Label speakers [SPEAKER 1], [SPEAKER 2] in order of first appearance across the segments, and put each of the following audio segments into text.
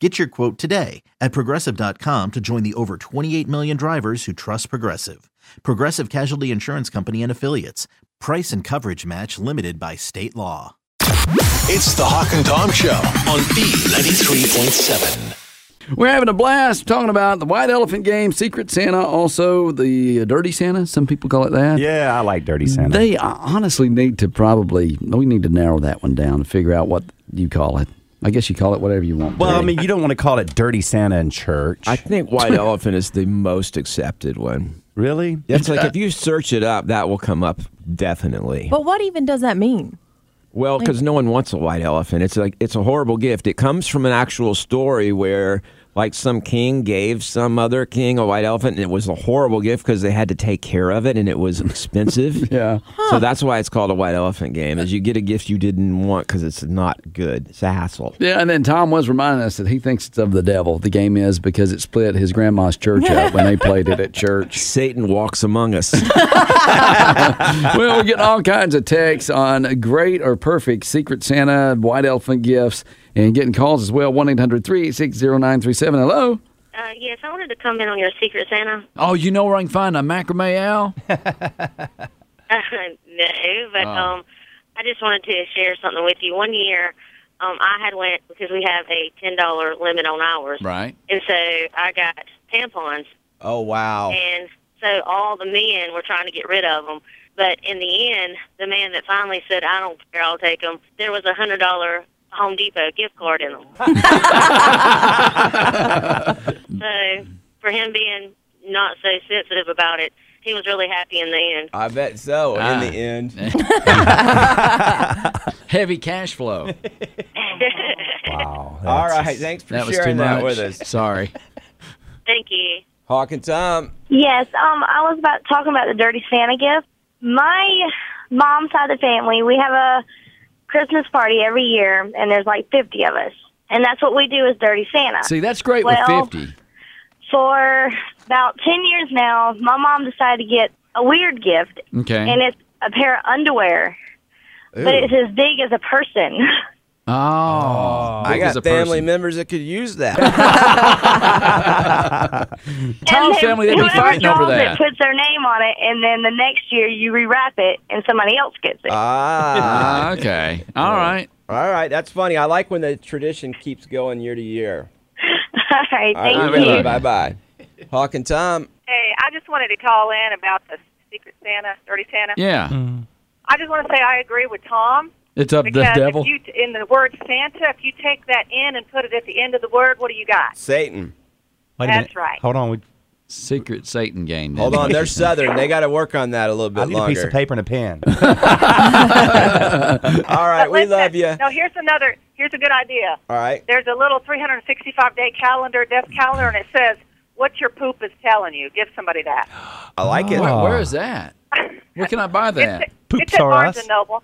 [SPEAKER 1] Get your quote today at progressive.com to join the over 28 million drivers who trust Progressive. Progressive Casualty Insurance Company and Affiliates. Price and coverage match limited by state law.
[SPEAKER 2] It's the Hawk and Tom Show on B93.7.
[SPEAKER 3] We're having a blast talking about the white elephant game, Secret Santa, also the Dirty Santa. Some people call it that.
[SPEAKER 4] Yeah, I like Dirty Santa.
[SPEAKER 3] They uh, honestly need to probably we need to narrow that one down and figure out what you call it. I guess you call it whatever you want.
[SPEAKER 4] well, I
[SPEAKER 3] Dirty.
[SPEAKER 4] mean, you don't want to call it Dirty Santa in church.
[SPEAKER 5] I think white elephant is the most accepted one.
[SPEAKER 4] really?
[SPEAKER 5] That's like if you search it up, that will come up definitely.
[SPEAKER 6] But what even does that mean?
[SPEAKER 5] Well, because no one wants a white elephant. It's like it's a horrible gift. It comes from an actual story where, like, some king gave some other king a white elephant, and it was a horrible gift because they had to take care of it, and it was expensive.
[SPEAKER 3] Yeah.
[SPEAKER 5] So that's why it's called a white elephant game. Is you get a gift you didn't want because it's not good. It's a hassle.
[SPEAKER 3] Yeah, and then Tom was reminding us that he thinks it's of the devil. The game is because it split his grandma's church up when they played it at church.
[SPEAKER 5] Satan walks among us.
[SPEAKER 3] well, we're getting all kinds of texts on great or perfect Secret Santa, white elephant gifts, and getting calls as well. 1 800 386 0937. Hello.
[SPEAKER 7] Uh, yes, I wanted to comment on your Secret Santa.
[SPEAKER 3] Oh, you know where I can find a macrame owl?
[SPEAKER 7] no, but um, I just wanted to share something with you. One year, um, I had went because we have a ten dollar limit on ours,
[SPEAKER 3] Right.
[SPEAKER 7] and so I got tampons,
[SPEAKER 5] oh wow.
[SPEAKER 7] and so all the men were trying to get rid of them. But in the end, the man that finally said, "I don't care, I'll take them," there was a hundred dollar Home Depot gift card in them. so for him being not so sensitive about it, he was really happy in the end.
[SPEAKER 5] I bet so.
[SPEAKER 3] Ah.
[SPEAKER 5] In the end.
[SPEAKER 3] Heavy cash flow.
[SPEAKER 4] Wow.
[SPEAKER 5] All
[SPEAKER 4] that's-
[SPEAKER 5] right. Thanks for
[SPEAKER 3] Ah, That was too
[SPEAKER 5] sharing that
[SPEAKER 3] much.
[SPEAKER 5] with us.
[SPEAKER 3] Sorry.
[SPEAKER 7] Thank you.
[SPEAKER 5] Hawk and Tom.
[SPEAKER 8] Yes, um, I was about talking about the Dirty Santa gift. My mom's side of the family, we have a Christmas party every year, and there's like 50 of us, and that's what we do is Dirty Santa.
[SPEAKER 3] See, that's great
[SPEAKER 8] Well-
[SPEAKER 3] with 50.
[SPEAKER 8] For about 10 years now, my mom decided to get a weird gift,
[SPEAKER 3] Okay.
[SPEAKER 8] and it's a pair of underwear, but it's as big as a person.
[SPEAKER 3] oh.
[SPEAKER 5] I
[SPEAKER 3] big as
[SPEAKER 5] got
[SPEAKER 3] a
[SPEAKER 5] family
[SPEAKER 3] person.
[SPEAKER 5] members that could use that.
[SPEAKER 3] Tom's
[SPEAKER 8] and then
[SPEAKER 3] family, they'd be
[SPEAKER 8] whoever
[SPEAKER 3] fighting
[SPEAKER 8] draws
[SPEAKER 3] over
[SPEAKER 8] It
[SPEAKER 3] that.
[SPEAKER 8] puts their name on it, and then the next year you rewrap it, and somebody else gets it.
[SPEAKER 5] ah.
[SPEAKER 3] Ah, okay. All right.
[SPEAKER 5] All right. That's funny. I like when the tradition keeps going year to year.
[SPEAKER 8] All right,
[SPEAKER 5] All right,
[SPEAKER 8] thank
[SPEAKER 3] really
[SPEAKER 8] you.
[SPEAKER 3] you.
[SPEAKER 5] Bye bye. Hawk and Tom.
[SPEAKER 7] Hey, I just wanted to call in about the Secret Santa, Dirty Santa.
[SPEAKER 3] Yeah.
[SPEAKER 7] I just want to say I agree with Tom
[SPEAKER 3] It's up
[SPEAKER 7] because if you in the word Santa, if you take that in and put it at the end of the word, what do you got?
[SPEAKER 5] Satan.
[SPEAKER 4] Wait a
[SPEAKER 7] That's
[SPEAKER 4] minute.
[SPEAKER 7] right.
[SPEAKER 4] Hold on. We,
[SPEAKER 3] Secret Satan game. then.
[SPEAKER 5] Hold on. They're Southern. They got to work on that a little bit
[SPEAKER 4] I need
[SPEAKER 5] longer.
[SPEAKER 4] a piece of paper and a pen.
[SPEAKER 5] All right. We love you.
[SPEAKER 7] No, here's another. Here's a good idea.
[SPEAKER 5] All right.
[SPEAKER 7] There's a little 365 day calendar, death calendar, and it says what your poop is telling you. Give somebody that.
[SPEAKER 5] I like it.
[SPEAKER 3] Where-
[SPEAKER 4] Ah.
[SPEAKER 3] where is that? Where can I buy that?
[SPEAKER 7] it's
[SPEAKER 4] Poops
[SPEAKER 7] at
[SPEAKER 4] are
[SPEAKER 7] Barnes
[SPEAKER 4] us.
[SPEAKER 7] and Noble.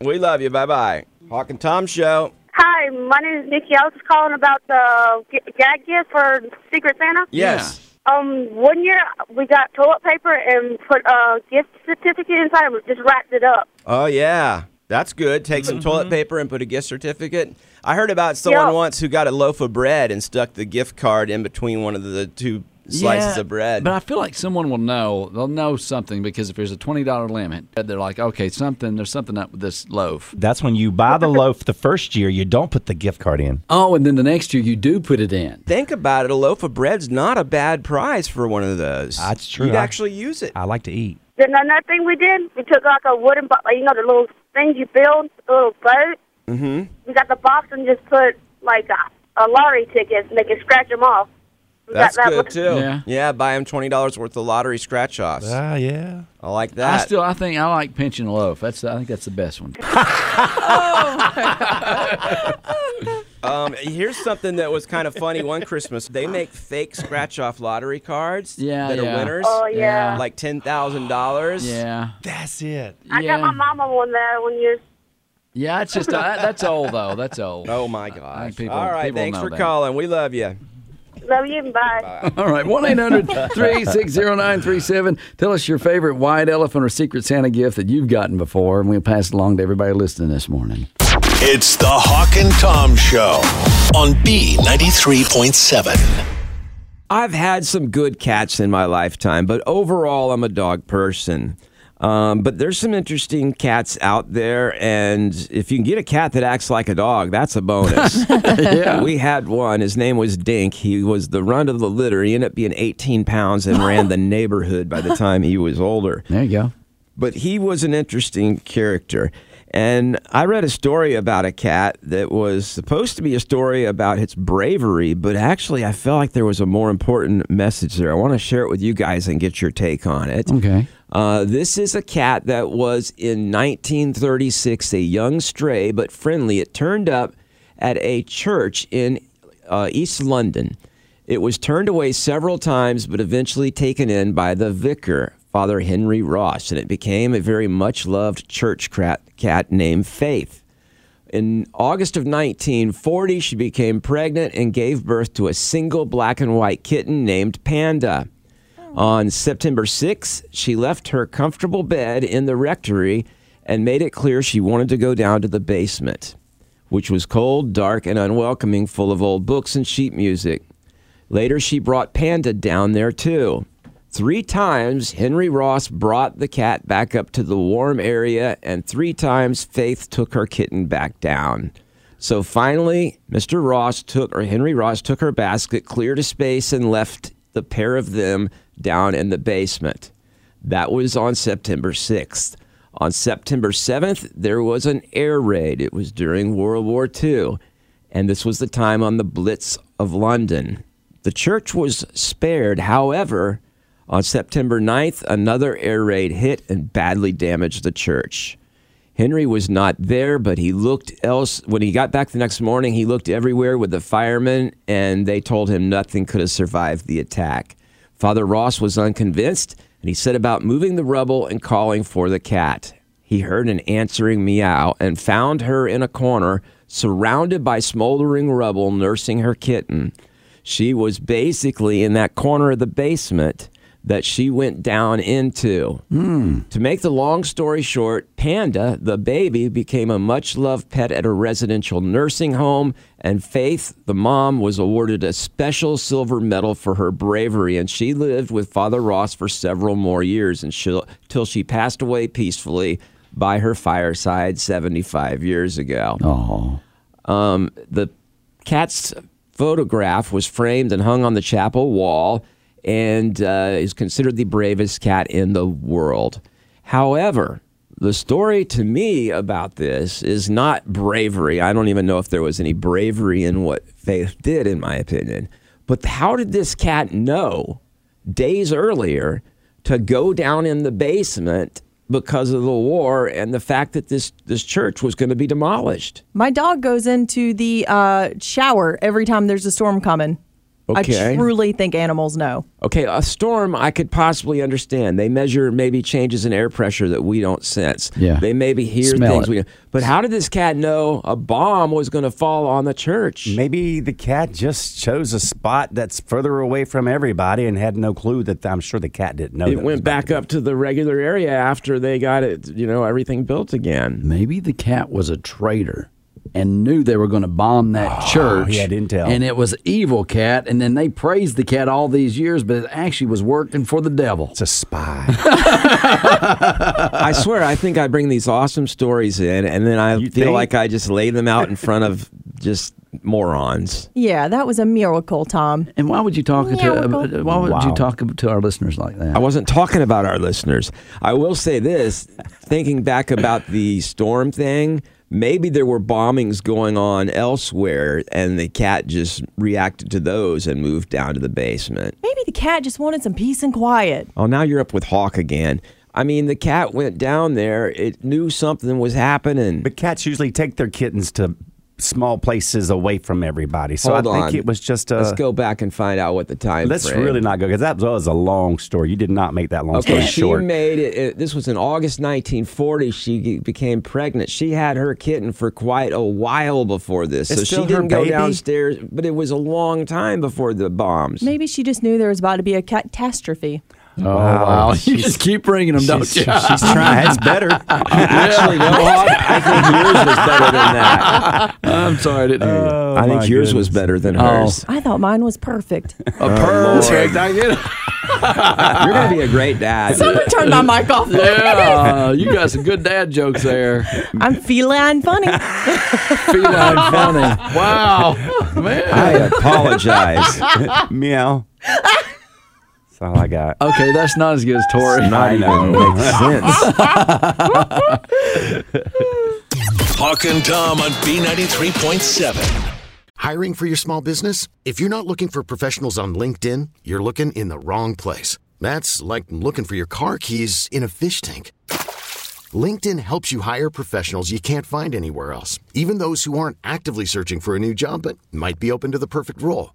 [SPEAKER 5] We love you. Bye bye. Hawk and Tom show.
[SPEAKER 8] Hi, my name is Nikki. I was calling about the g- gag gift for Secret Santa.
[SPEAKER 5] Yes.
[SPEAKER 8] Um, one year we got toilet paper and put a gift certificate inside and we just wrapped it up.
[SPEAKER 5] Oh yeah. That's good. Take some toilet paper and put a gift certificate. I heard about someone
[SPEAKER 8] Yeah.
[SPEAKER 5] once who got a loaf of bread and stuck the gift card in between one of the two slices
[SPEAKER 3] Yeah,
[SPEAKER 5] of bread.
[SPEAKER 3] But I feel like someone will know. They'll know something because if there's a twenty dollar limit, they're like, okay, something. There's something up with this loaf.
[SPEAKER 4] That's when you buy the loaf the first year, you don't put the gift card in.
[SPEAKER 3] Oh, and then the next year you do put it in.
[SPEAKER 5] think about it, a loaf of bread's not a bad price for one of those.
[SPEAKER 4] That's true.
[SPEAKER 5] You'd
[SPEAKER 4] I-
[SPEAKER 5] actually use it.
[SPEAKER 4] I like to eat.
[SPEAKER 8] Then another thing we did, we took like a wooden, bo- like you know, the little things you build, the little boat.
[SPEAKER 5] Mm-hmm.
[SPEAKER 8] We got the box and just put like a, a lottery tickets, and they could scratch them off. We
[SPEAKER 5] That's
[SPEAKER 8] got that
[SPEAKER 5] good
[SPEAKER 8] one.
[SPEAKER 5] too.
[SPEAKER 3] Yeah.
[SPEAKER 5] Yeah. buy them twenty dollars worth of lottery scratch offs.
[SPEAKER 4] Ah, yeah.
[SPEAKER 5] I like
[SPEAKER 3] I
[SPEAKER 5] that.
[SPEAKER 3] still, I think I like pinching a loaf. That's, I think that's the best one.
[SPEAKER 5] um, here's something that was kind of funny. One Christmas, they make fake scratch off lottery cards
[SPEAKER 3] Yeah,
[SPEAKER 5] that
[SPEAKER 3] yeah.
[SPEAKER 5] are winners,
[SPEAKER 8] Oh yeah.
[SPEAKER 5] like ten thousand dollars.
[SPEAKER 3] Yeah,
[SPEAKER 4] That's it.
[SPEAKER 8] I
[SPEAKER 3] yeah,
[SPEAKER 8] got my mama one there when you.
[SPEAKER 3] yeah. It's just uh, that, that's old though. That's old.
[SPEAKER 5] Oh my gosh!
[SPEAKER 3] people-
[SPEAKER 5] All right,
[SPEAKER 3] people
[SPEAKER 5] thanks
[SPEAKER 3] know
[SPEAKER 5] for
[SPEAKER 3] that.
[SPEAKER 5] calling. We love you.
[SPEAKER 8] Love you. Bye.
[SPEAKER 3] All right, 1 800 360 937. Tell us your favorite white elephant or secret Santa gift that you've gotten before, and we'll pass it along to everybody listening this morning.
[SPEAKER 2] It's the Hawk and Tom Show on B93.7.
[SPEAKER 5] I've had some good cats in my lifetime, but overall, I'm a dog person. Um, but there's some interesting cats out there, and if you can get a cat that acts like a dog, that's a bonus. We had one. His name was Dink. He was the runt of the litter. He ended up being 18 pounds and ran the neighborhood by the time he was older
[SPEAKER 3] There you go.
[SPEAKER 5] but he was an interesting character. And I read a story about a cat that was supposed to be a story about its bravery, but actually I felt like there was a more important message there. I want to share it with you guys and get your take on it.
[SPEAKER 3] Okay.
[SPEAKER 5] Uh, this is a cat that was in 1936 a young stray but friendly. It turned up at a church in uh, East London. It was turned away several times but eventually taken in by the vicar, Father Henry Ross, and it became a very much loved church cat, cat named Faith. In August of 1940, she became pregnant and gave birth to a single black and white kitten named Panda. On September 6th, she left her comfortable bed in the rectory and made it clear she wanted to go down to the basement, which was cold, dark, and unwelcoming, full of old books and sheet music. Later, she brought Panda down there too. Three times, Henry Ross brought the cat back up to the warm area, and three times, Faith took her kitten back down. So finally, Mr. Ross took, or Henry Ross took her basket, cleared a space, and left the pair of them down in the basement. That was on September 6th. On September 7th, there was an air raid. It was during World War II, and this was the time on the Blitz of London. The church was spared. However, on September 9th, another air raid hit and badly damaged the church. Henry was not there, but he looked else. When he got back the next morning, he looked everywhere with the firemen, and they told him nothing could have survived the attack. Father Ross was unconvinced, and he set about moving the rubble and calling for the cat. He heard an answering meow and found her in a corner, surrounded by smoldering rubble, nursing her kitten. She was basically in that corner of the basement that she went down into. To make the long story short, Panda, the baby, became a much loved pet at a residential nursing home, and Faith, the mom, was awarded a special silver medal for her bravery. And she lived with Father Ross for several more years until she passed away peacefully by her fireside 75 years ago.
[SPEAKER 3] Oh,
[SPEAKER 5] Um, the cat's photograph was framed and hung on the chapel wall and uh, is considered the bravest cat in the world. However, the story to me about this is not bravery. I don't even know if there was any bravery in what Faith did, in my opinion. But how did this cat know days earlier to go down in the basement because of the war and the fact that this, this church was going to be demolished?
[SPEAKER 6] My dog goes into the uh, shower every time there's a storm coming.
[SPEAKER 5] Okay.
[SPEAKER 6] I truly think animals know.
[SPEAKER 5] Okay, a storm I could possibly understand. They measure maybe changes in air pressure that we don't sense.
[SPEAKER 3] Yeah.
[SPEAKER 5] They maybe hear
[SPEAKER 3] Smell
[SPEAKER 5] things
[SPEAKER 3] it.
[SPEAKER 5] we But how did this cat know a bomb was going to fall on the church?
[SPEAKER 4] Maybe the cat just chose a spot that's further away from everybody and had no clue that I'm sure the cat didn't know. that
[SPEAKER 5] It
[SPEAKER 4] was
[SPEAKER 5] went
[SPEAKER 4] about
[SPEAKER 5] back
[SPEAKER 4] to-
[SPEAKER 5] up to the regular area after they got it, you know, everything built again.
[SPEAKER 3] maybe the cat was a traitor and knew they were going to bomb
[SPEAKER 4] Oh.
[SPEAKER 3] that
[SPEAKER 5] Oh,
[SPEAKER 3] church.
[SPEAKER 4] yeah, didn't tell.
[SPEAKER 3] And it was evil cat, and then they praised the cat all these years, but it actually was working for the devil.
[SPEAKER 4] It's a spy.
[SPEAKER 5] I swear, I think I bring these awesome stories in and then I
[SPEAKER 4] You
[SPEAKER 5] feel
[SPEAKER 4] think?
[SPEAKER 5] like I just lay them out in front of just morons.
[SPEAKER 6] Yeah, that was a miracle, Tom.
[SPEAKER 3] And why would you talk
[SPEAKER 6] Miracle.
[SPEAKER 3] to uh, why would
[SPEAKER 5] Wow.
[SPEAKER 3] you talk to our listeners like that?
[SPEAKER 5] I wasn't talking about our listeners. I will say this thinking back about the storm thing, maybe there were bombings going on elsewhere, and the cat just reacted to those and moved down to the basement.
[SPEAKER 6] Maybe the cat just wanted some peace and quiet.
[SPEAKER 5] Oh, now you're up with Hawk again. I mean, the cat went down there. It knew something was happening.
[SPEAKER 4] But cats usually take their kittens to small places away from everybody. So
[SPEAKER 5] Hold
[SPEAKER 4] I think
[SPEAKER 5] on.
[SPEAKER 4] it was just a.
[SPEAKER 5] Let's go back and find out what the time.
[SPEAKER 4] Let's
[SPEAKER 5] frame-
[SPEAKER 4] really not go because that was a long story. You did not make that long
[SPEAKER 5] Okay,
[SPEAKER 4] story
[SPEAKER 5] she
[SPEAKER 4] short.
[SPEAKER 5] made it, it- This was in August 1940. She ge- became pregnant. She had her kitten for quite a while before this,
[SPEAKER 6] It's
[SPEAKER 5] so she
[SPEAKER 6] still her
[SPEAKER 5] didn't go
[SPEAKER 6] baby?
[SPEAKER 5] downstairs. But it was a long time before the bombs.
[SPEAKER 6] Maybe she just knew there was about to be a catastrophe.
[SPEAKER 5] Oh
[SPEAKER 3] wow. You just keep bringing them, don't you?
[SPEAKER 5] she's trying. That's
[SPEAKER 4] better.
[SPEAKER 5] Actually, no, Hawk, I think yours was better than that.
[SPEAKER 3] I'm sorry, I didn't hear you. Oh,
[SPEAKER 5] I think
[SPEAKER 3] my Oh,
[SPEAKER 5] yours was better than hers.
[SPEAKER 6] I thought mine was perfect.
[SPEAKER 5] A
[SPEAKER 3] perfect.
[SPEAKER 5] You're gonna be a great dad.
[SPEAKER 6] Someone turn my mic off.
[SPEAKER 3] Yeah, you got some good dad jokes there.
[SPEAKER 6] I'm feline funny.
[SPEAKER 3] Feline funny. Wow, man.
[SPEAKER 5] I apologize.
[SPEAKER 4] Meow. That's all I got.
[SPEAKER 3] Okay, that's not as good as Tori.
[SPEAKER 4] Not even
[SPEAKER 5] makes sense.
[SPEAKER 2] Hawk and Tom on B93.7.
[SPEAKER 9] Hiring for your small business? If you're not looking for professionals on LinkedIn, you're looking in the wrong place. That's like looking for your car keys in a fish tank. LinkedIn helps you hire professionals you can't find anywhere else, even those who aren't actively searching for a new job but might be open to the perfect role.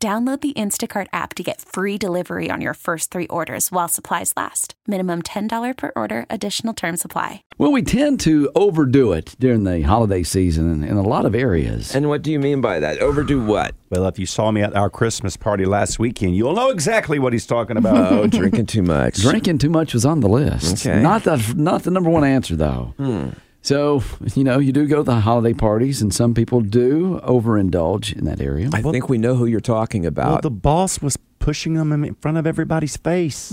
[SPEAKER 10] Download the Instacart app to get free delivery on your first three orders while supplies last. Minimum $10 per order, additional term supply.
[SPEAKER 3] Well, we tend to overdo it during the holiday season in, in a lot of areas.
[SPEAKER 5] And what do you mean by that? Overdo what?
[SPEAKER 4] Well, if you saw me at our Christmas party last weekend, you'll know exactly what he's talking about.
[SPEAKER 5] Oh, drinking too much.
[SPEAKER 3] Drinking too much was on the list.
[SPEAKER 5] Okay.
[SPEAKER 3] Not the not the number one answer though.
[SPEAKER 5] Hmm.
[SPEAKER 3] So you know you do go to the holiday parties, and some people do overindulge in that area.
[SPEAKER 5] I think we know who you're talking
[SPEAKER 4] Well,
[SPEAKER 5] about.
[SPEAKER 4] the boss was pushing him in front of everybody's face.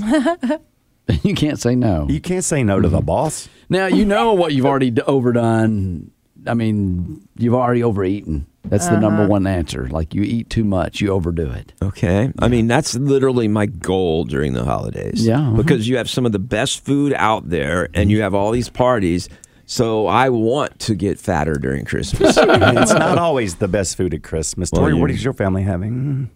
[SPEAKER 3] you can't say no. Mm-hmm.
[SPEAKER 4] You can't say no to the boss.
[SPEAKER 3] Now you know what you've already d- overdone. I mean, you've already overeaten. That's the number
[SPEAKER 6] Uh-huh.
[SPEAKER 3] one answer. Like you eat too much, you overdo it.
[SPEAKER 5] Okay. I mean, that's literally my goal during the holidays.
[SPEAKER 3] Yeah, uh-huh.
[SPEAKER 5] Because you have some of the best food out there and you have all these parties. So I want to get fatter during Christmas.
[SPEAKER 4] it's not always the best food at Christmas.
[SPEAKER 5] Well,
[SPEAKER 4] Tori, what
[SPEAKER 5] you-
[SPEAKER 4] is your family having?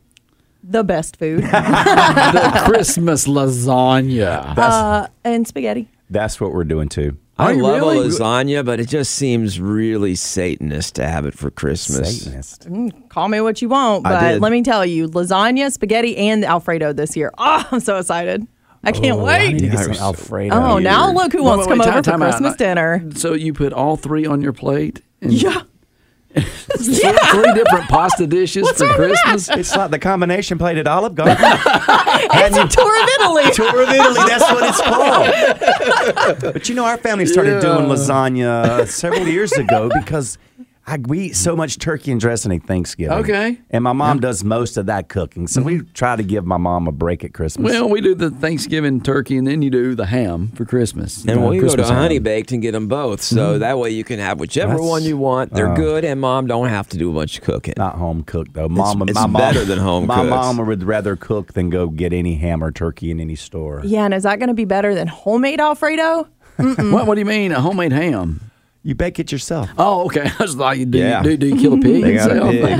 [SPEAKER 6] the best food.
[SPEAKER 3] the Christmas lasagna.
[SPEAKER 6] Uh, and spaghetti.
[SPEAKER 4] That's what we're doing too.
[SPEAKER 5] I
[SPEAKER 3] Are you
[SPEAKER 5] love
[SPEAKER 3] really?
[SPEAKER 5] a lasagna, but it just seems really Satanist to have it for Christmas.
[SPEAKER 4] Satanist.
[SPEAKER 6] Mm, call me what you want,
[SPEAKER 5] I
[SPEAKER 6] but
[SPEAKER 5] did.
[SPEAKER 6] let me tell you, lasagna, spaghetti, and Alfredo this year. Oh, I'm so excited. I can't
[SPEAKER 5] Oh,
[SPEAKER 3] Oh.
[SPEAKER 4] I need to
[SPEAKER 6] wait.
[SPEAKER 4] get some Alfredo.
[SPEAKER 6] Oh, now look who
[SPEAKER 3] Wait,
[SPEAKER 6] wants to
[SPEAKER 3] wait, wait,
[SPEAKER 6] come over
[SPEAKER 3] time-
[SPEAKER 6] for
[SPEAKER 3] time out.
[SPEAKER 6] Christmas dinner.
[SPEAKER 3] So you put all three on your plate? And
[SPEAKER 6] Yeah.
[SPEAKER 3] Three, three different pasta dishes for Christmas?
[SPEAKER 4] It's like the combination plate at Olive Garden.
[SPEAKER 6] It's a tour of Italy.
[SPEAKER 4] Tour of Italy. That's what it's called. but you know, our family started doing lasagna several years ago because I, we eat so much turkey and dressing at Thanksgiving.
[SPEAKER 3] Okay.
[SPEAKER 4] And my mom does most of that cooking. So we try to give my mom a break at Christmas.
[SPEAKER 3] Well, we do the Thanksgiving turkey, and then you do the ham for Christmas.
[SPEAKER 5] And
[SPEAKER 3] Uh,
[SPEAKER 5] we
[SPEAKER 3] Christmas
[SPEAKER 5] go to
[SPEAKER 3] ham.
[SPEAKER 5] Honey Baked and get them both, so
[SPEAKER 3] Mhm.
[SPEAKER 5] that way you can have whichever
[SPEAKER 3] That's-
[SPEAKER 5] one you want. They're
[SPEAKER 4] uh,
[SPEAKER 5] good, and mom don't have to do much cooking.
[SPEAKER 4] Not home cooked though.
[SPEAKER 5] It's-
[SPEAKER 4] Mom,
[SPEAKER 5] it's,
[SPEAKER 4] my mom,
[SPEAKER 5] better than home.
[SPEAKER 4] My
[SPEAKER 5] cooks.
[SPEAKER 4] mom would rather cook than go get any ham or turkey in any store.
[SPEAKER 6] Yeah, and is that going to be better than homemade Alfredo?
[SPEAKER 3] What, what do you mean, a homemade ham?
[SPEAKER 4] You bake it yourself.
[SPEAKER 3] Oh, okay. I was like, do,
[SPEAKER 5] Yeah.
[SPEAKER 3] you, do, do you kill Mm-hmm. a pig
[SPEAKER 5] They got a
[SPEAKER 3] yourself?
[SPEAKER 5] pig.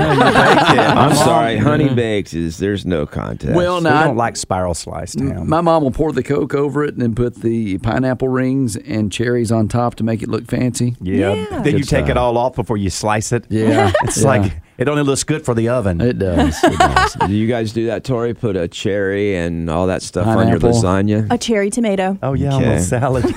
[SPEAKER 5] I'm sorry, Honey Baked is there's no contest.
[SPEAKER 3] Well, We now, I- don't
[SPEAKER 4] like spiral sliced ham.
[SPEAKER 3] My mom will pour the Coke over it and then put the pineapple rings and cherries on top to make it look fancy.
[SPEAKER 4] Yeah. Then you
[SPEAKER 3] Good
[SPEAKER 4] take
[SPEAKER 3] stuff.
[SPEAKER 4] it all off before you slice it.
[SPEAKER 3] Yeah.
[SPEAKER 4] It's
[SPEAKER 3] Yeah.
[SPEAKER 4] like it only looks good for the oven.
[SPEAKER 3] It does.
[SPEAKER 5] do you guys do that, Tori? Put a cherry and all that stuff
[SPEAKER 3] Pineapple.
[SPEAKER 5] on your lasagna.
[SPEAKER 6] A cherry tomato.
[SPEAKER 4] Oh yeah,
[SPEAKER 5] Okay.
[SPEAKER 4] on a salad.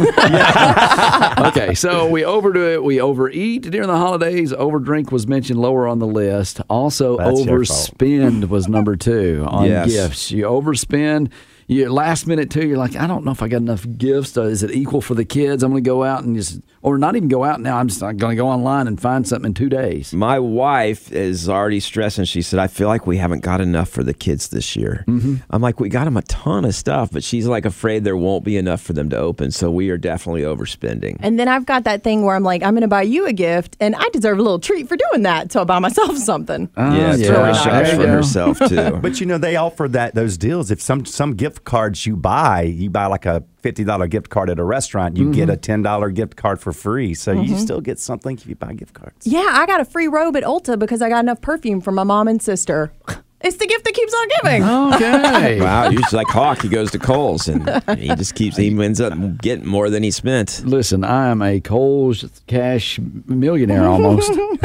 [SPEAKER 3] okay, so we overdo it. We overeat during the holidays. Overdrink was mentioned lower on the list. Also,
[SPEAKER 5] That's your fault.
[SPEAKER 3] overspend was number two on
[SPEAKER 5] Yes.
[SPEAKER 3] gifts. You overspend. You last minute too. You're like, I don't know if I got enough gifts. So Is it equal for the kids? I'm going to go out and just, or not even go out now. I'm just going to go online and find something in two days.
[SPEAKER 5] My wife is already stressing. She said, I feel like we haven't got enough for the kids this year.
[SPEAKER 3] Mm.
[SPEAKER 5] I'm like, we got them a ton of stuff, but she's like afraid there won't be enough for them to open. So we are definitely overspending.
[SPEAKER 6] And then I've got that thing where I'm like, I'm going to buy you a gift, and I deserve a little treat for doing that. So I buy myself something.
[SPEAKER 4] Uh.
[SPEAKER 5] yeah,
[SPEAKER 3] yeah.
[SPEAKER 5] Tori
[SPEAKER 3] There
[SPEAKER 5] shops
[SPEAKER 3] you
[SPEAKER 5] for
[SPEAKER 3] go.
[SPEAKER 5] herself too.
[SPEAKER 4] but you know they offer that those deals. If some some gift cards you buy, you buy like a fifty dollar gift card at a restaurant, you get a ten dollar gift card for free. So you
[SPEAKER 6] Mhm.
[SPEAKER 4] still get something if you buy gift cards.
[SPEAKER 6] Yeah, I got a free robe at Ulta because I got enough perfume from my mom and sister. It's the gift that keeps on giving.
[SPEAKER 3] Okay.
[SPEAKER 5] wow, you're just like Hawk. He goes to Coles and he just keeps, he ends up getting more than he spent.
[SPEAKER 3] Listen, I am a Coles cash millionaire almost.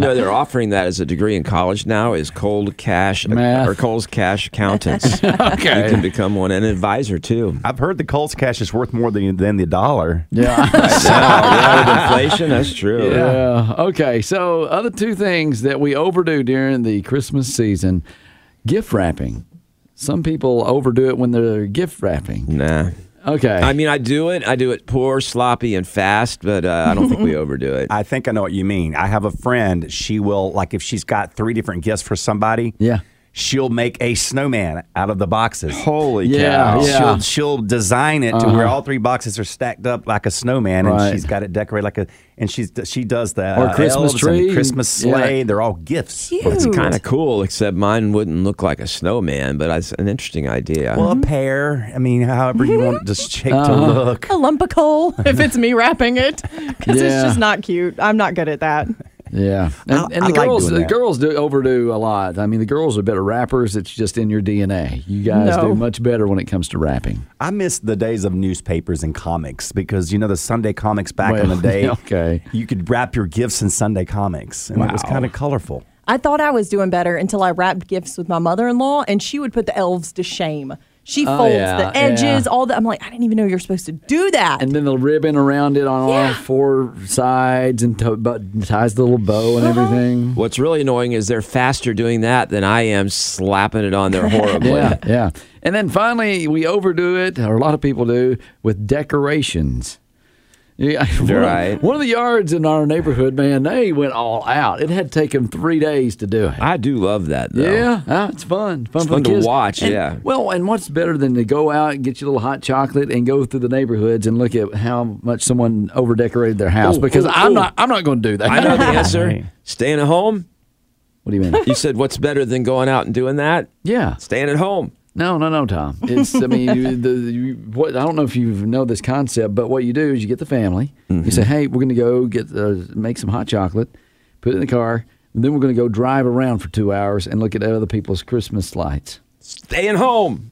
[SPEAKER 5] know they're offering that as a degree in college now is cold cash
[SPEAKER 3] Math.
[SPEAKER 5] or Cole's cash accountants. okay, you can become one and an advisor too.
[SPEAKER 4] I've heard the Coles cash is worth more than than the dollar.
[SPEAKER 3] Yeah.
[SPEAKER 5] Right now, yeah, with inflation, that's true.
[SPEAKER 3] Yeah. Okay. So, other two things that we overdo during the Christmas season gift wrapping. Some people overdo it when they're gift wrapping.
[SPEAKER 5] Nah.
[SPEAKER 3] Okay.
[SPEAKER 5] I mean, I do it. I do it poor, sloppy, and fast, but uh, I don't think we overdo it.
[SPEAKER 4] I think I know what you mean. I have a friend. She will like if she's got three different gifts for somebody.
[SPEAKER 3] Yeah.
[SPEAKER 4] She'll make a snowman out of the boxes.
[SPEAKER 5] Holy
[SPEAKER 3] Yeah, cow. yeah.
[SPEAKER 4] She'll, she'll design it to
[SPEAKER 3] Uh-huh.
[SPEAKER 4] where all three boxes are stacked up like a snowman,
[SPEAKER 3] Right.
[SPEAKER 4] and she's got it decorated like a. And she's she does the
[SPEAKER 3] Or
[SPEAKER 4] uh,
[SPEAKER 3] Christmas
[SPEAKER 4] elves and
[SPEAKER 3] tree.
[SPEAKER 4] Christmas
[SPEAKER 3] Yeah.
[SPEAKER 4] sleigh. They're all gifts.
[SPEAKER 5] It's
[SPEAKER 6] Cute.
[SPEAKER 5] kind of cool, except mine wouldn't look like a snowman, but it's an interesting idea.
[SPEAKER 4] Well, a
[SPEAKER 3] Mm-hmm.
[SPEAKER 4] pear. I mean, however you want the shape to
[SPEAKER 5] Uh-huh.
[SPEAKER 4] look.
[SPEAKER 6] A lump of coal if it's me wrapping it because
[SPEAKER 3] Yeah.
[SPEAKER 6] it's just not cute. I'm not good at that.
[SPEAKER 3] yeah. And,
[SPEAKER 4] I-
[SPEAKER 3] and
[SPEAKER 4] I
[SPEAKER 3] the
[SPEAKER 4] like
[SPEAKER 3] girls,
[SPEAKER 4] doing
[SPEAKER 3] the
[SPEAKER 4] that.
[SPEAKER 3] girls do overdo a lot. I mean, the girls are better rappers. It's just in your DNA. You guys
[SPEAKER 4] No.
[SPEAKER 3] do much better when it comes to rapping.
[SPEAKER 4] I miss the days of newspapers and comics because you know the Sunday comics back in
[SPEAKER 3] Well,
[SPEAKER 4] the day.
[SPEAKER 3] okay.
[SPEAKER 4] You could wrap your gifts in Sunday comics, and it was
[SPEAKER 3] Wow.
[SPEAKER 4] kind of colorful.
[SPEAKER 6] I thought I was doing better until I wrapped gifts with my mother in law, and she would put the elves to shame. She
[SPEAKER 3] Oh,
[SPEAKER 6] folds
[SPEAKER 3] yeah,
[SPEAKER 6] the edges,
[SPEAKER 3] yeah.
[SPEAKER 6] all that. I'm like, I didn't even know you're supposed to do that.
[SPEAKER 3] And then the ribbon around it on all four sides and to- but ties the little bow and
[SPEAKER 4] Uh-huh.
[SPEAKER 3] everything.
[SPEAKER 5] What's really annoying is they're faster doing that than I am slapping it on there horribly.
[SPEAKER 3] Yeah, yeah. And then finally, we overdo it, or a lot of people do, with decorations. Yeah, one,
[SPEAKER 5] Right.
[SPEAKER 3] Of, one of the yards in our neighborhood, man, they went all out. It had taken three days to do it.
[SPEAKER 5] I do love that though.
[SPEAKER 3] Yeah, uh, it's fun. Fun, for
[SPEAKER 5] It's
[SPEAKER 3] the
[SPEAKER 5] fun to
[SPEAKER 3] kids.
[SPEAKER 5] watch,
[SPEAKER 3] And-
[SPEAKER 5] yeah.
[SPEAKER 3] Well, and what's better than to go out and get your little hot chocolate and go through the neighborhoods and look at how much someone over decorated their house?
[SPEAKER 5] Ooh,
[SPEAKER 3] because
[SPEAKER 5] ooh,
[SPEAKER 3] I'm
[SPEAKER 5] ooh.
[SPEAKER 3] not, I'm not going to do that.
[SPEAKER 5] I know the answer. Staying at home.
[SPEAKER 3] What do you mean?
[SPEAKER 5] You said what's better than going out and doing that?
[SPEAKER 3] Yeah.
[SPEAKER 5] Staying at home.
[SPEAKER 3] No, no, no, Tom. It's I mean, you, the, you, what I don't know if you know this concept, but what you do is you get the family.
[SPEAKER 5] Mm-hmm.
[SPEAKER 3] You say, "Hey, we're going to go get uh, make some hot chocolate, put it in the car, and then we're going to go drive around for two hours and look at other people's Christmas lights."
[SPEAKER 5] Staying home.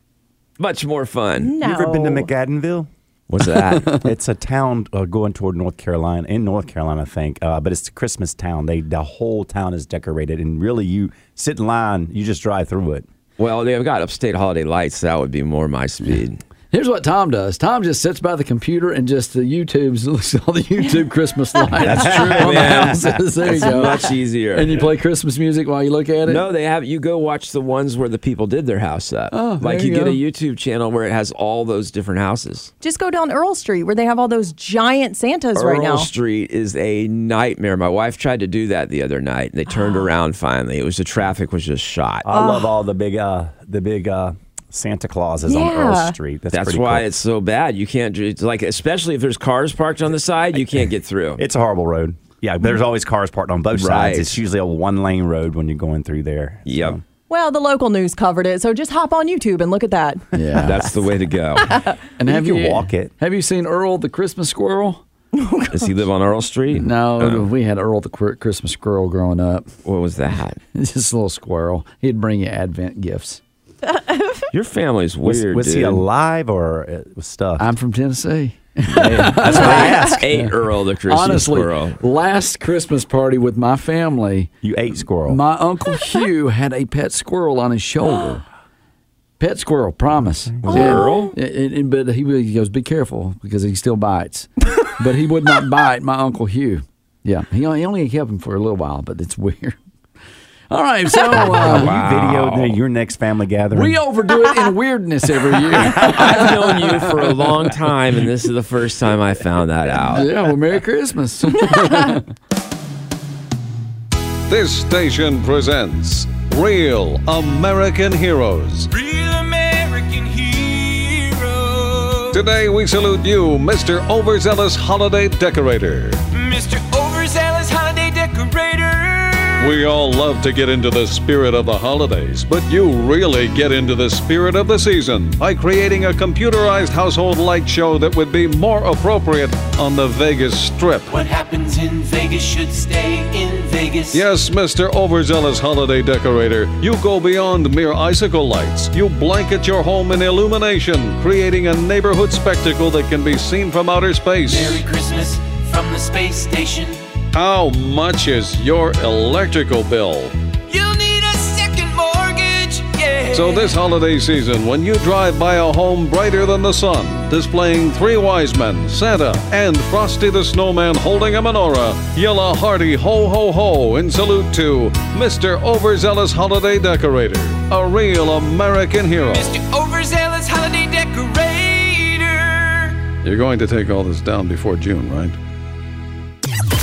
[SPEAKER 5] Much more fun.
[SPEAKER 4] You ever been to
[SPEAKER 6] No.
[SPEAKER 4] McAddenville?
[SPEAKER 5] What's that?
[SPEAKER 4] it's a town uh, going toward North Carolina, in North Carolina, I think. Uh, but it's a Christmas town. They the whole town is decorated, and really, you sit in line, you just drive through it.
[SPEAKER 5] well, they've got upstate holiday lights. That would be more my speed.
[SPEAKER 3] Here's what Tom does. Tom just sits by the computer and just the YouTubes looks at all the YouTube Christmas lights.
[SPEAKER 5] That's true,
[SPEAKER 3] On the
[SPEAKER 5] yeah.
[SPEAKER 3] houses. There you
[SPEAKER 5] That's
[SPEAKER 3] go.
[SPEAKER 5] much easier.
[SPEAKER 3] And you play Christmas music while you look at it.
[SPEAKER 5] No, they have. You go watch the ones where the people did their house up.
[SPEAKER 6] Oh, there
[SPEAKER 5] like
[SPEAKER 6] you
[SPEAKER 5] you, get
[SPEAKER 6] go.
[SPEAKER 5] a YouTube channel where it has all those different houses.
[SPEAKER 6] Just go down Earl Street where they have all those giant Santas
[SPEAKER 5] Earl
[SPEAKER 6] right now.
[SPEAKER 5] Street is a nightmare. My wife tried to do that the other night, and they turned around finally. It was the traffic was just shot.
[SPEAKER 4] I love all the big, uh, the big uh, Santa Clauses on Earl Street. That's,
[SPEAKER 5] That's,
[SPEAKER 4] pretty
[SPEAKER 5] why
[SPEAKER 4] cool.
[SPEAKER 5] it's so bad. You can't ju- it's like, especially if there's cars parked on the side, you can't get through.
[SPEAKER 4] It's a horrible road. Yeah, there's always cars parked on both sides.
[SPEAKER 5] Right.
[SPEAKER 4] It's usually a one lane road when you're going through there.
[SPEAKER 5] Yep.
[SPEAKER 6] Well, the local news covered it, so just hop on YouTube and look at that.
[SPEAKER 3] Yeah,
[SPEAKER 5] that's the way to go.
[SPEAKER 3] and
[SPEAKER 4] You
[SPEAKER 3] have
[SPEAKER 4] can walk
[SPEAKER 3] it? Have you seen Earl the Christmas squirrel?
[SPEAKER 5] Does he live on Earl Street?
[SPEAKER 3] No, we had Earl the Qu- Christmas squirrel growing up.
[SPEAKER 5] What was that?
[SPEAKER 3] It's just a little squirrel. He'd bring you Advent gifts.
[SPEAKER 5] Your family's
[SPEAKER 4] Was,
[SPEAKER 5] weird.
[SPEAKER 4] was he
[SPEAKER 5] dude.
[SPEAKER 4] alive or uh, was stuffed?
[SPEAKER 3] I'm from Tennessee.
[SPEAKER 5] That's what I asked. Ate Earl the Christmas
[SPEAKER 3] Honestly,
[SPEAKER 5] squirrel.
[SPEAKER 3] last Christmas party with my family,
[SPEAKER 4] you ate squirrel.
[SPEAKER 3] My uncle Hugh had a pet squirrel on his shoulder. pet squirrel, promise.
[SPEAKER 5] Was it Earl?
[SPEAKER 3] And- and- and- but he, was- he goes, "Be careful," because he still bites. but he would not bite my uncle Hugh. Yeah, he only, he only kept him for a little while, but it's weird. All right, so uh,
[SPEAKER 4] Wow. You videoed your next family gathering.
[SPEAKER 3] we overdo it in weirdness every year.
[SPEAKER 5] I've known you for a long time, and this is the first time I found that out.
[SPEAKER 3] yeah, well, Merry Christmas.
[SPEAKER 11] This station presents Real American Heroes.
[SPEAKER 12] Real American hero,
[SPEAKER 11] Today we salute you, Mr. Overzealous Holiday Decorator.
[SPEAKER 12] Mr. Overzealous Holiday Decorator.
[SPEAKER 11] We all love to get into the spirit of the holidays, but you really get into the spirit of the season by creating a computerized household light show that would be more appropriate on the Vegas Strip.
[SPEAKER 12] What happens in Vegas should stay in Vegas.
[SPEAKER 11] Yes, Mr. Overzealous Holiday Decorator, you go beyond mere icicle lights. You blanket your home in illumination, creating a neighborhood spectacle that can be seen from outer space.
[SPEAKER 12] Merry Christmas from the space station.
[SPEAKER 11] How much is your electrical bill?
[SPEAKER 12] You'll need a second mortgage, yeah.
[SPEAKER 11] So, this holiday season, when you drive by a home brighter than the sun, displaying three wise men, Santa, and Frosty the Snowman holding a menorah, yell a hearty ho ho ho in salute to Mr. Overzealous Holiday Decorator, a real American hero.
[SPEAKER 12] Mr. Overzealous Holiday Decorator.
[SPEAKER 11] You're going to take all this down before June, right?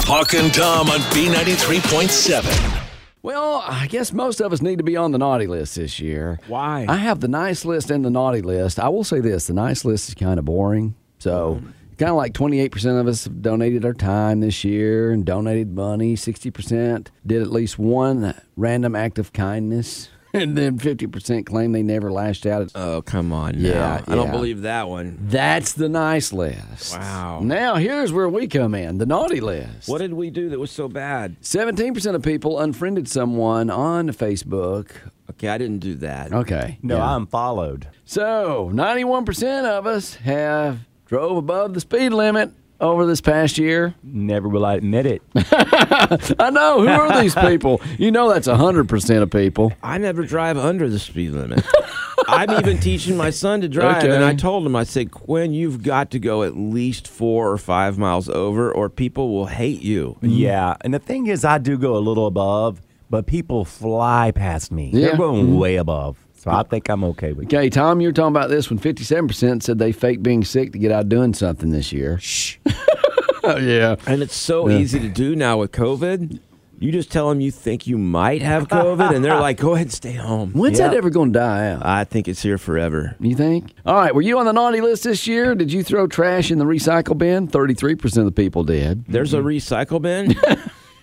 [SPEAKER 2] Hawk and Tom on B93.7.
[SPEAKER 3] Well, I guess most of us need to be on the naughty list this year.
[SPEAKER 5] Why?
[SPEAKER 3] I have the nice list and the naughty list. I will say this the nice list is kind of boring. So, kind of like 28% of us have donated our time this year and donated money. 60% did at least one random act of kindness. And then 50% claim they never lashed out.
[SPEAKER 5] Oh, come on.
[SPEAKER 3] Yeah.
[SPEAKER 5] now. I don't
[SPEAKER 3] yeah.
[SPEAKER 5] believe that one.
[SPEAKER 3] That's the nice list.
[SPEAKER 5] Wow.
[SPEAKER 3] Oh. Now, here's where we come in the naughty list.
[SPEAKER 5] What did we do that was so bad?
[SPEAKER 3] 17% of people unfriended someone on Facebook.
[SPEAKER 5] Okay, I didn't do that.
[SPEAKER 3] Okay.
[SPEAKER 4] No,
[SPEAKER 3] yeah.
[SPEAKER 4] I'm followed.
[SPEAKER 3] So, 91% of us have drove above the speed limit over this past year.
[SPEAKER 4] Never will I admit it.
[SPEAKER 3] I know. Who are these people? You know that's 100% of people.
[SPEAKER 5] I never drive under the speed limit. I'm even teaching my son to drive,
[SPEAKER 3] Okay.
[SPEAKER 5] and I told him, I said, Quinn, you've got to go at least four or five miles over, or people will hate you.
[SPEAKER 4] Mm-hmm. Yeah, and the thing is, I do go a little above, but people fly past
[SPEAKER 3] Yeah.
[SPEAKER 4] me.
[SPEAKER 3] Mm-hmm.
[SPEAKER 4] They're going way above, so I think I'm okay with.
[SPEAKER 3] Okay, Tom, you were talking about this when 57% said they faked being sick to get out doing something this year. Shh. yeah.
[SPEAKER 5] And it's so
[SPEAKER 3] Yeah.
[SPEAKER 5] easy to do now with COVID. You just tell them you think you might have COVID, and they're like, go ahead and stay home.
[SPEAKER 3] When's that
[SPEAKER 5] Yep.
[SPEAKER 3] ever going to die out?
[SPEAKER 5] Um, I think it's here forever.
[SPEAKER 3] You think? All right, were you on the naughty list this year? Did you throw trash in the recycle bin? 33% of the people did.
[SPEAKER 5] There's a recycle bin.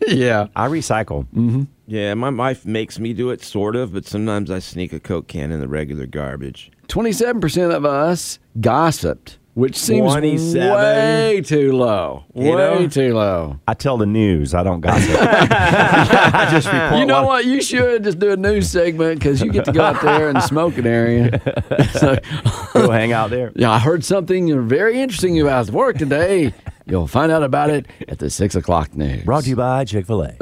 [SPEAKER 3] yeah.
[SPEAKER 4] I recycle.
[SPEAKER 3] Mm-hmm.
[SPEAKER 5] yeah, my wife makes me do it, sort of, but sometimes I sneak a Coke can in the regular garbage.
[SPEAKER 3] 27% of us gossiped, which seems
[SPEAKER 5] 27.
[SPEAKER 3] way too low. Way
[SPEAKER 5] You know?
[SPEAKER 3] too low.
[SPEAKER 4] I tell the news. I don't gossip. I just report.
[SPEAKER 3] You know what? You should just do a news segment because you get to go out there and smoke an area. So,
[SPEAKER 4] Go hang out there.
[SPEAKER 3] yeah, I heard something very interesting about work today. You'll find out about it at the six o'clock news. Brought to you
[SPEAKER 4] by Chick Fil A.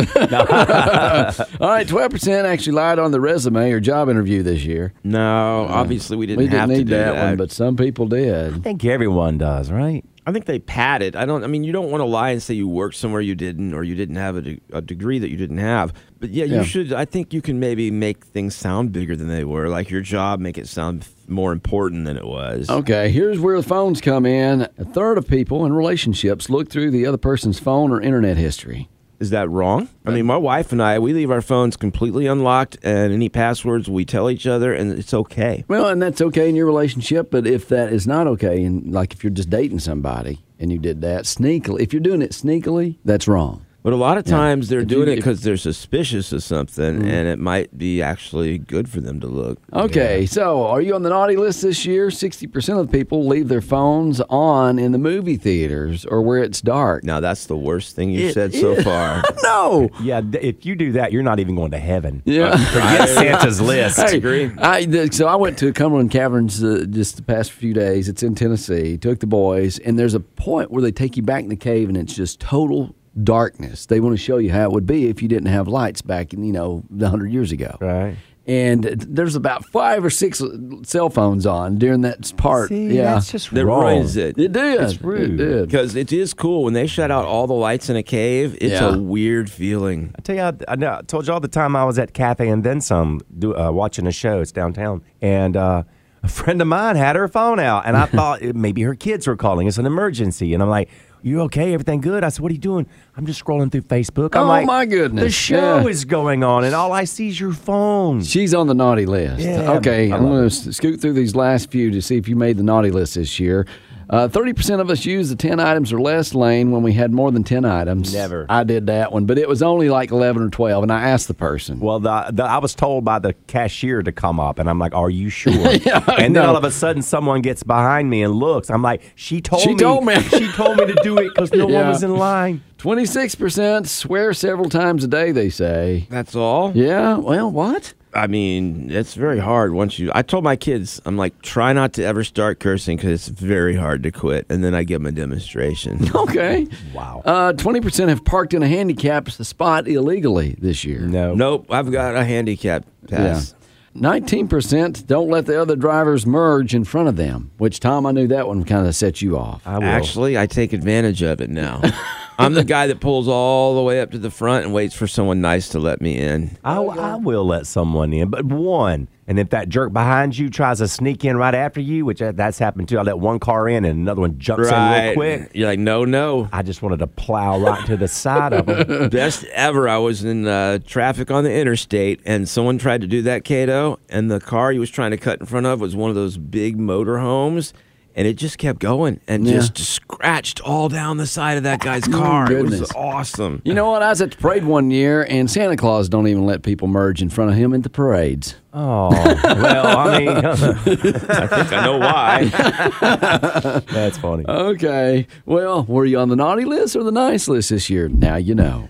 [SPEAKER 3] All right, twelve percent actually lied on the resume or job interview this year.
[SPEAKER 5] No, obviously we didn't
[SPEAKER 3] we didn't
[SPEAKER 5] have to
[SPEAKER 3] need
[SPEAKER 5] do
[SPEAKER 3] that,
[SPEAKER 5] that.
[SPEAKER 3] one, but some people did. I
[SPEAKER 4] think everyone does, right?
[SPEAKER 5] I think they padded. I don't. I mean, you don't want to lie and say you worked somewhere you didn't, or you didn't have a, de- a degree that you didn't have. But yeah, you
[SPEAKER 3] Yeah.
[SPEAKER 5] should. I think you can maybe make things sound bigger than they were. Like your job, make it sound f- more important than it was.
[SPEAKER 3] Okay, here's where the phones come in. A third of people in relationships look through the other person's phone or internet history.
[SPEAKER 5] Is that wrong? I mean, my wife and I, we leave our phones completely unlocked, and any passwords we tell each other, and it's okay.
[SPEAKER 3] Well, and that's okay in your relationship, but if that is not okay, and like if you're just dating somebody and you did that sneakily, if you're doing it sneakily, that's wrong.
[SPEAKER 5] But a lot of
[SPEAKER 3] Yeah.
[SPEAKER 5] times they're
[SPEAKER 3] If you-
[SPEAKER 5] doing
[SPEAKER 3] if-
[SPEAKER 5] it
[SPEAKER 3] Mm-hmm.
[SPEAKER 5] because they're suspicious of something, and it might be actually good for them to look.
[SPEAKER 3] Okay, so are you on the naughty list this year? 60% of the people leave their phones on in the movie theaters or where it's dark.
[SPEAKER 5] Now, that's the worst thing
[SPEAKER 3] you
[SPEAKER 5] you've said so far.
[SPEAKER 4] no. Yeah, d- if you do that, you're not even going to heaven.
[SPEAKER 3] Yeah.
[SPEAKER 4] Forget Santa's list.
[SPEAKER 3] Hey, I, th- so I went to Cumberland Caverns uh, just the past few days. It's in Tennessee. Took the boys, and there's a point where they take you back in the cave, and it's just total darkness. They want to show you how it would be if you didn't have lights back, in, you know, the hundred years ago. Right. And there's about five or six cell phones on during that part.
[SPEAKER 5] See,
[SPEAKER 3] yeah,
[SPEAKER 5] that's just That wrong. ruins it.
[SPEAKER 3] It did.
[SPEAKER 5] It's
[SPEAKER 3] It did.
[SPEAKER 5] Because it is cool when they shut out all the lights in a cave. It's
[SPEAKER 4] Yeah.
[SPEAKER 5] a weird feeling.
[SPEAKER 4] I tell you, I, I, know- I told you all the time I was at Cafe and then some do, uh, watching a show. It's downtown. And uh, a friend of mine had her phone out, and I thought it- maybe her kids were calling. It's an emergency. And I'm like, you okay? Everything good? I said, what are you doing? I'm just scrolling through Facebook. I'm
[SPEAKER 3] Oh,
[SPEAKER 4] like,
[SPEAKER 3] my goodness.
[SPEAKER 4] The show
[SPEAKER 3] Yeah.
[SPEAKER 4] is going on, and all I see is your phone.
[SPEAKER 3] She's on the naughty list.
[SPEAKER 4] Yeah,
[SPEAKER 3] okay,
[SPEAKER 4] I
[SPEAKER 3] I'm going to scoot through these last few to see if you made the naughty list this year. Uh, Thirty percent of us used the ten items or less lane when we had more than ten items.
[SPEAKER 4] Never.
[SPEAKER 3] I did that one, but it was only like eleven or twelve, and I asked the person.
[SPEAKER 4] Well, the, the, I was told by the cashier to come up, and I'm like, "Are you sure?" and then
[SPEAKER 3] no.
[SPEAKER 4] all of a sudden, someone gets behind me and looks. I'm like, "She told
[SPEAKER 3] She
[SPEAKER 4] me.
[SPEAKER 3] told me.
[SPEAKER 4] she told me to do it because no one
[SPEAKER 3] Yeah.
[SPEAKER 4] was in line."
[SPEAKER 3] Twenty-six percent swear several times a day. They say
[SPEAKER 5] that's all.
[SPEAKER 3] Yeah. Well, what?
[SPEAKER 5] I mean, it's very hard once you. I told my kids, I'm like, try not to ever start cursing because it's very hard to quit. And then I give them a demonstration.
[SPEAKER 3] Okay. Wow. Twenty percent have parked in a handicapped spot illegally this year.
[SPEAKER 4] No.
[SPEAKER 5] Nope. I've got a handicap pass.
[SPEAKER 3] Nineteen percent don't let the other drivers merge in front of them. Which Tom, I knew that one kind of set you off.
[SPEAKER 4] I will.
[SPEAKER 5] Actually, I take advantage of it now. I'm the guy that pulls all the way up to the front and waits for someone nice to let me in.
[SPEAKER 4] I, I will let someone in, but one. And if that jerk behind you tries to sneak in right after you, which that- that's happened too, I let one car in and another one jumps in real
[SPEAKER 5] Right.
[SPEAKER 4] quick.
[SPEAKER 5] You're like, no, no.
[SPEAKER 4] I just wanted to plow right to the side of them.
[SPEAKER 5] Best ever. I was in uh, traffic on the interstate, and someone tried to do that, Cato. And the car he was trying to cut in front of was one of those big motorhomes, and it just kept going and
[SPEAKER 3] Yeah.
[SPEAKER 5] just scratched all down the side of that guy's car. It was
[SPEAKER 3] goodness.
[SPEAKER 5] awesome.
[SPEAKER 3] You know what? I was at the parade one year, and Santa Claus don't even let people merge in front of him at the parades.
[SPEAKER 4] Oh, well, I mean,
[SPEAKER 5] I think I know why.
[SPEAKER 4] that's funny.
[SPEAKER 3] Okay. Well, were you on the naughty list or the nice list this year? Now you know.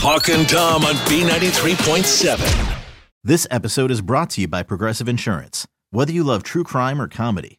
[SPEAKER 2] Hawk and Tom on B93.7.
[SPEAKER 1] This episode is brought to you by Progressive Insurance. Whether you love true crime or comedy,